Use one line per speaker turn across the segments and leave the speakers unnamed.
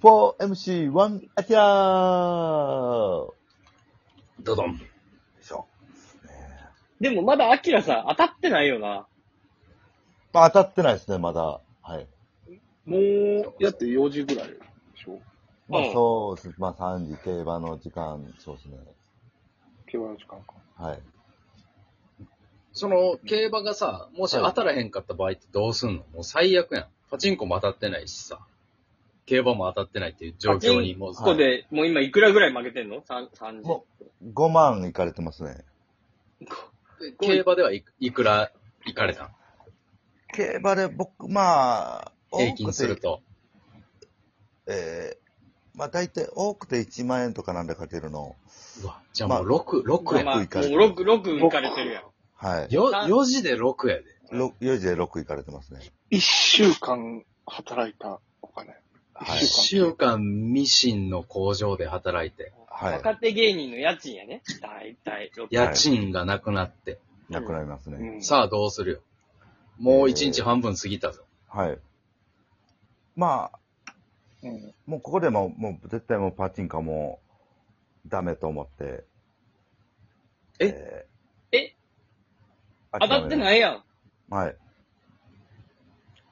4MC1 アキラーよ
ドドン。
いしょ。
でもまだアキラさん当たってないよな。
まあ当たってないですね、まだ。はい。
もう、やって4時ぐらいでしょ
まあ
うん
そうですね。まあ3時競馬の時間、そうですね。
競馬の時間か。
はい。
その、競馬がさ、もし当たらへんかった場合ってどうすんのもう最悪やん。パチンコも当たってないしさ。競馬も当たってないっていう状況に、もう、
そこで、もう今いくらぐらい負けてんの ?3、3
も5万いかれてますね。
競馬ではいいくら行かれたん
競馬で僕、まあ、多くて
平均すると。
えー、まあ大体多くて1万円とかなんでかけるの。
うわ、じゃあもう
ま
6、六
ま
や。
あ、もう
行かれてる
6、6行かれてるやん。
はい。
よ、4時で6やで。
ろ4時で6いかれてますね。
1週間働いたお金。
はい
1
一週
週
間。
間ミシンの工場で働いて、
はい
若手芸人の家賃やね。大体。六
家賃がなくなって、
なくなります
う
ね。
ん、
さあどうするよ。もう1日半分過ぎたぞ。
はい。まあ、
うん。
もうここでもう、もう絶対もうパチンカもダメと思って。ー
え
え当たってないいやん。
はい。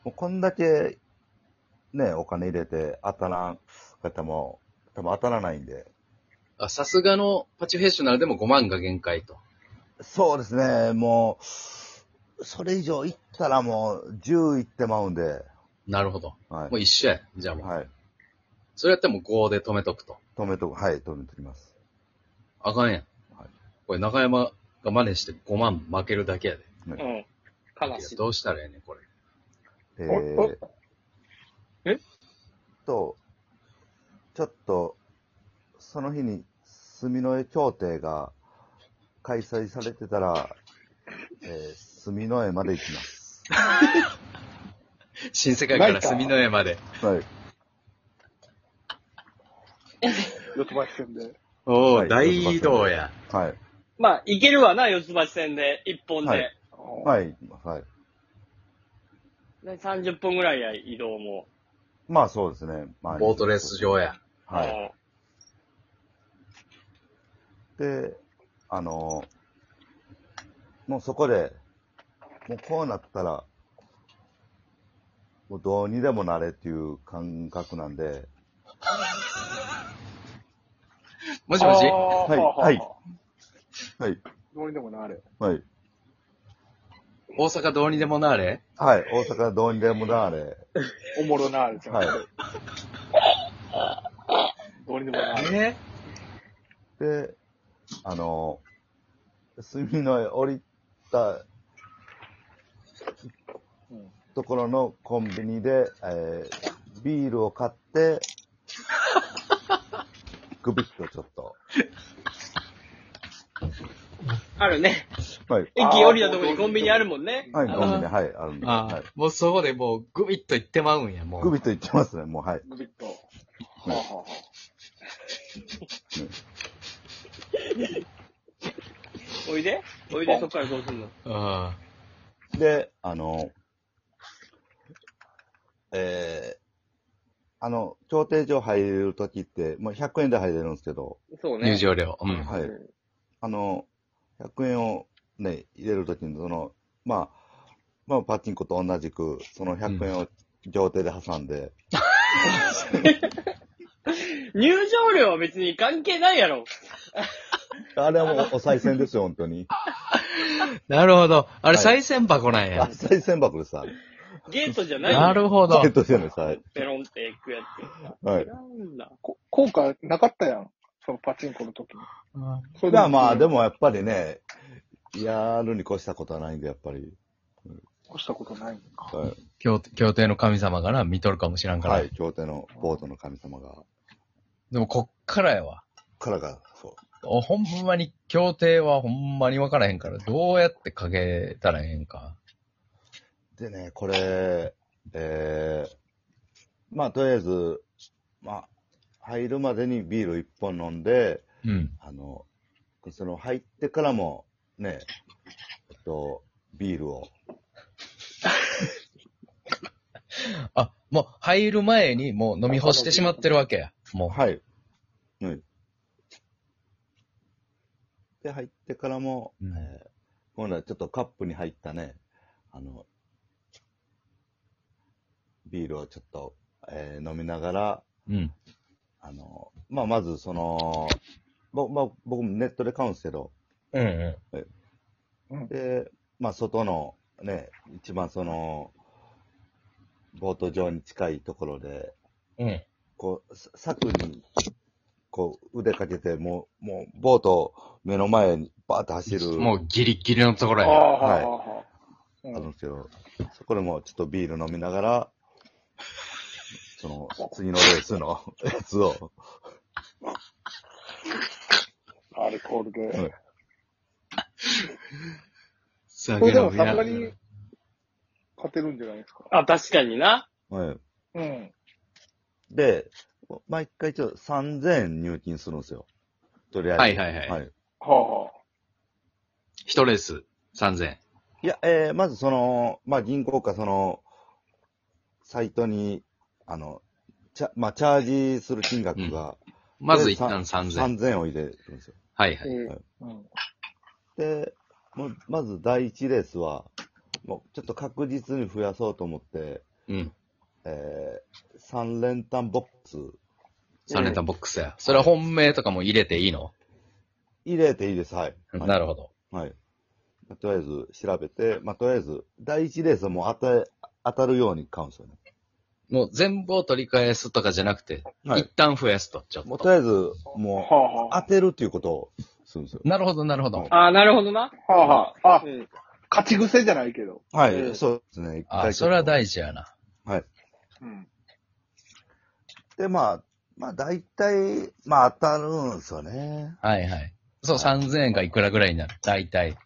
もうこんだけ、ね、お金入れて当たらん方も、多分当たらないんで。
あさすがのパチフェッショナルでも5万が限界と。
そうですね、もう、それ以上いったらもう10いってまうんで。
なるほど。
は
もう
い。
一緒や。じゃあもう。
はい。
それやっても5で止めとくと。
止めとく、はい、止めときます。
あかんやん。
はい
これ中山が真似して5万負けるだけやで。
うん。悲しい。
どうしたらええねん、これ。
え
お
ー、
え
と、ちょっと、その日に住の江協定が開催されてたら、えー、住の江まで行きます。
新世界から隅の絵まで。
はい。
四つ橋線で。
お
は
お、
い
大移動や。
はい。
まあ、いけるわな、四つ橋線で、一本
は
で
い。
は
はい、行きますはい。
で30分ぐらいや、移動も。
まあそうですね。まあ、
ボートレース。場や。
はい。
い。
で、あのーもうそこで、もうこうなったら、もうどうにでもなれっていう感覚なんで、
もしもし
はいはいはい。
どうにでもなれ。
はい。
大阪どうにでもなれ
はい。大阪どうにでもなれ。
おもろなれじゃん。
はい。
どうにでもなれ。
え
で、あの、隅の降りた
うん
ところのコンビニで、えー、ビールを買って、グビッとちょっと。
あるね。
はい。
駅降りたとこにコンビニあるもんね。
はい、
あ
コンビニ、はい、あるんで。
ああ、
は
もうそこでもうグビッと行ってまうんや、も
い、
う。
グビッといってますね、もう、はい。
グビッと。はあはあは
おいでおいで、そっからどうすんの
あ
で、あの、えー、あの、協定所入るときって、まあ、100円で入れるんですけど、
そう
あ
ね。
入場料。うん。
はい。
うん
あの、100円をね、入れるときに、その、まあ、まあ、パチンコと同じく、その100円を両手で挟んで、
入場料は別に関係ないやろ。
あれはもうお賽銭ですよ、本当に。
なるほど。あれ、
はい
再銭箱なん
あ、
や。
賽銭箱でさ、
ゲートじゃない
な
ほ
るほど
ゲ。ットしてるんです、はい。
ペロンっていくや
は
つ。
い。
違うんだ。
こ効果なかったやん。そのパチンコの時に。
うん
それ
じゃあまあ、で
も。
もやっぱりね、やるに越したことはないんで、やっぱり。
越したことないんか。
は
協協定の神様がな、見とるかもしらん
い。
から。
はい、協定のボートの神様が。
でも、こっからやわ。
からが、そう。
おほんまに、協定はほんまに分からへんから、どうやってかけたらええんか。
でね、これ、えー、まあ、とりあえず、まあ、入るまでにビール一本飲んで、
うん。
あの、その、入ってからも、ね、えっと、ビールを。
あ、もう入る前にもう飲み干してしまってるわけや。もう。
はい。はい。で、入ってからも、
うん
えー今度はちょっとカップに入ったね、あの、ビールをちょっと、えー飲みながら、
うん。
あの、まあ、まずその、ぼまあ、僕もネットで買うんですけど、
うんう
で、まあ、外のね、一番その、ボート場に近いところで、
ん。うん。
こう、さ柵に、こう、腕かけて、もう、もう、ボート、目の前に、バーッと走る。
もうギリギリのとこ
あ
ろ
あ、
やね。
はいは
あるんですけど、そこでもうちょっとビール飲みながら、その、次のレースの やつを、
いはい。アルコールで。
酒
これで
飲
も
み
さ
な
す
が
が
ら
に勝てるんじゃないですか。
あ、確かにな。
はい
うん。
で、毎回ちょっと3000円入金するんですよ。とりあえず。
はいはいはい
はい。
は
一レース3000円。
いや、えー、まずその、まあ、銀行かその、サイトに、あの、チャ、まあ、チャージする金額が、
まず一旦3000円。
3000を入れるんですよ。
はい
あ。
は
え
い。
ー
はい
うん。
で、もうまず第一レースは、もうちょっと確実に増やそうと思って、
うん。
えー、3連単ボックス
3連単ボックスや。
それは本命とかも入れていいの、
入れていいです。はい。はい、
なるほど。
はい。まあとりあえず調べて、まあ、とりあえず、第一レースはもう当た、当たるように買うんですよね。
もう全部を取り返すとかじゃなくて、
はい
一旦増やすと、ちょっ
もう
と。
とりあえず、
は
もう、
あは
当てるということをするんですよ。
なるほど、なるほど。
あなるほどな。
あ。はあはあ。あ
う、ん。
勝ち癖じゃないけど。
はい、
うん
そうですね。一回ちょっ
あ、
と
それは大事やな。
うん。
で、まあ、まあ、大体、まあ、当たるんですよね。
はいはい。そう、3000円がいくらぐらいになる大体。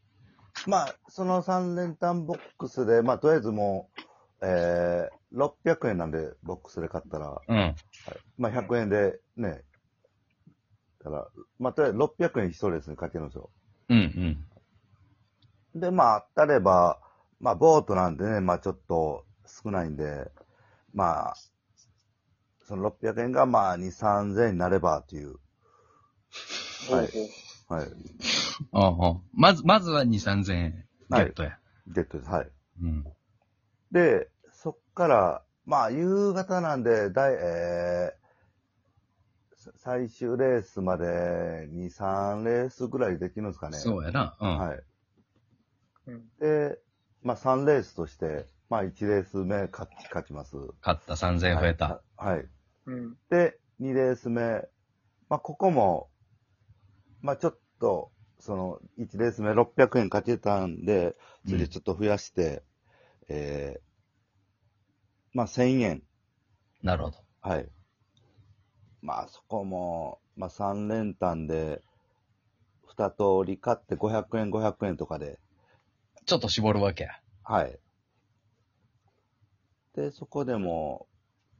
まあ、その3連単ボックスで、まあ、とりあえずもう、えー、600円なんで、ボックスで買ったら、
うん。
まあ、100円でね、だから、まあ、とりあえず600円一レースにかけるんですよ。
うんうん。
で、まあ、当たれば、まあ、ボートなんでね、まあ、ちょっと少ないんで、まあ、その600円が、まあ、2、3000円になればという。はい。はい。
おうおうまず、まずは2、3000円。ゲ
はい
ットや。
ゲットです。はい。
うん。
で、そっから、まあ、夕方なんで、だい、えーさ最終レースまで2、3レースぐらいできるんですかね。
そうやな。うん。
はい。
うん
で、まあ、3レースとして、まあ、1レース目勝ち、勝ちます。
勝った3000円増えた。
はい。はい。
うん。
で、2レース目、まあ、ここも、まあ、ちょっと、その、1レース目600円かけたんで、それでちょっと増やして、えーまあ、1000円。
なるほど。
はい。まあそこも、まあ3連単で、2通り買って500円500円とかで、
ちょっと絞るわけや。
はい。で、そこでも、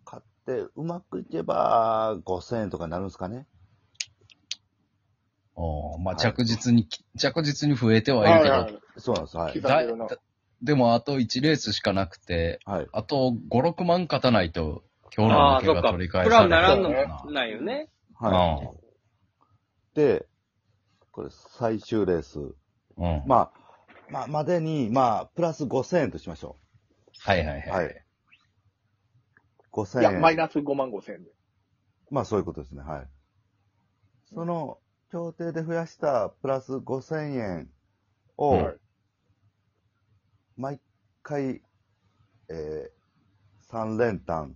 買って、うまくいけば5000円とかになるんですかね。
おーまあ、
はい
着実に、着実に増えて
は
はいいるけど、
はい。
そうなんです、はい。
刻んでるな
だいでもあと1レースしかなくて、
はい。
あと5、6万勝たないと、今日
あ
の
あ、
負
そ
けが
っか。
取り返
プ
さ
ラ
れ
ンならん
る
の
から
もないよね。
は
うん
い。で、これ最終レース。
うん。ま
まあ、まあ、までに、まあ、プラス5000円としましょ。
はいはいうは。
はいい。5000
い
円。
や、マイナス5万5千円で。
まあそういうことですね、はい。その、協定で増やしたプラス5000円を、
はい
毎回、えー、3連単、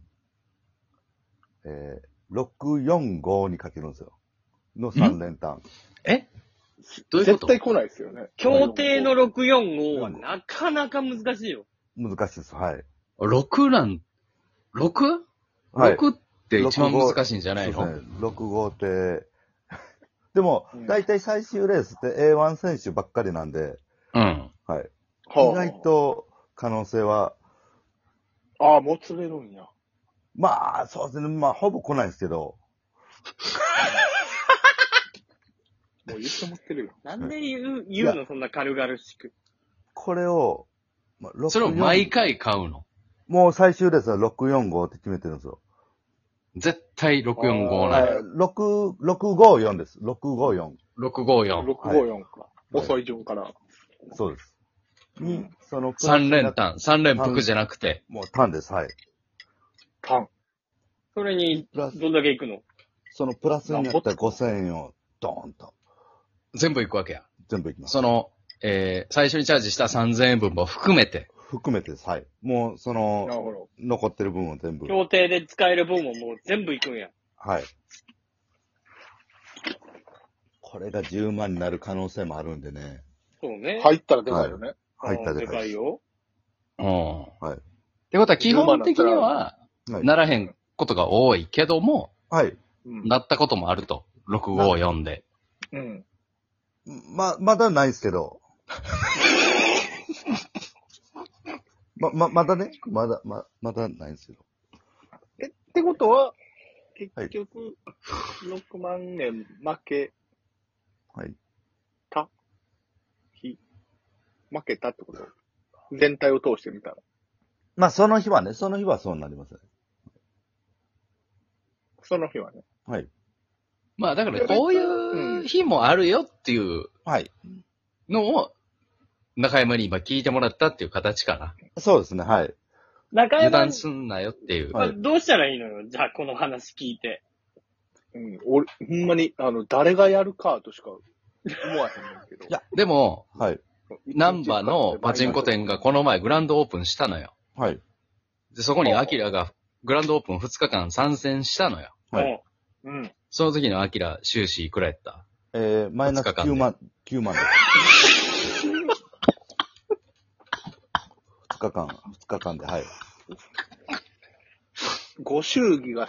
えー、645にかけるんですよ。の3連単。
どういうこ
絶
と
対来ないですよね。
協定の645はなかなか難しいよ。
難しいです、はい。
?6 欄、6?6
はい。
って一番難しいんじゃない
そう
の
ですね、6号艇。 でも
うん、
大体最終レースって A1 選手ばっかりなんで、
うん。
はい。
はあ
意外。と可能性は
ああ、もつれるんや。
まあ、そうですね。まあ、ほぼ来ないですけど。
もう言ってもってるよ。
なんで言う、言うのそんな軽々しく。
これを、まあ、
それを毎回買うの。
もう最終列は645って決めてるんですよ。
絶対645
は。
ない
えー6 654です。654。
654。
654か。遅い順から。
そうです。に、その、
三連。単。三連服じゃなくて。
もう単です。はい。
パン。
それに、
プラス、
どんだけ行くの
そのプラスになった5000円を、ドーンと、
全部いくわけや。
全部いきます。
その、えー、最初にチャージした3000円分も含めて。
含めてです。はい。もう、そ
なる
の、
ほど。
残ってる分を全部。
協定で使える分ももう全部行くんや。
はい。これが10万になる可能性もあるんでね。
そうね。い。
入ったらでかいよね。
入ったで
で
か
か
い
い
です。
よ。
うん。
はい
ってことは基本的には、
はい。
ならへんことが多いけども、
はい。
うん。
なったこともあると。654で。
うん。
ま、まだないですけ ど。ま、ま、まだね。まだ、ま、まだないんですけど。
ってことは、
はい
結局、6万円負け
はい。
た日、負けたってこと全体を通してみたら。
まあ、その日はね、その日はそうなりますね。
その日はね。
はい。
まあだからこういう日もあるよっていう
はい。
のを、中山に今聞いてもらったっていう形かな。
そうですね、はい。
中
油
山、
断すんなよっていう。
は
はいどうしたらいいのよじゃあ、この話聞いて。
うん。俺、ほんまに、あの、誰がやるかとしか思わへんねんけど。
いや
でも、
はい。
ナンバのパチンコ店がこの前グランドオープンしたのよ。
はい。
で、そこにアキラがグランドオープン2日間参戦したのよ。
はい
うん
うん。
その時のアキラ収支いくらやった
えー、マイナス
二日間で
9万、9万です。2日間、2日間で、はい。
ご祝儀が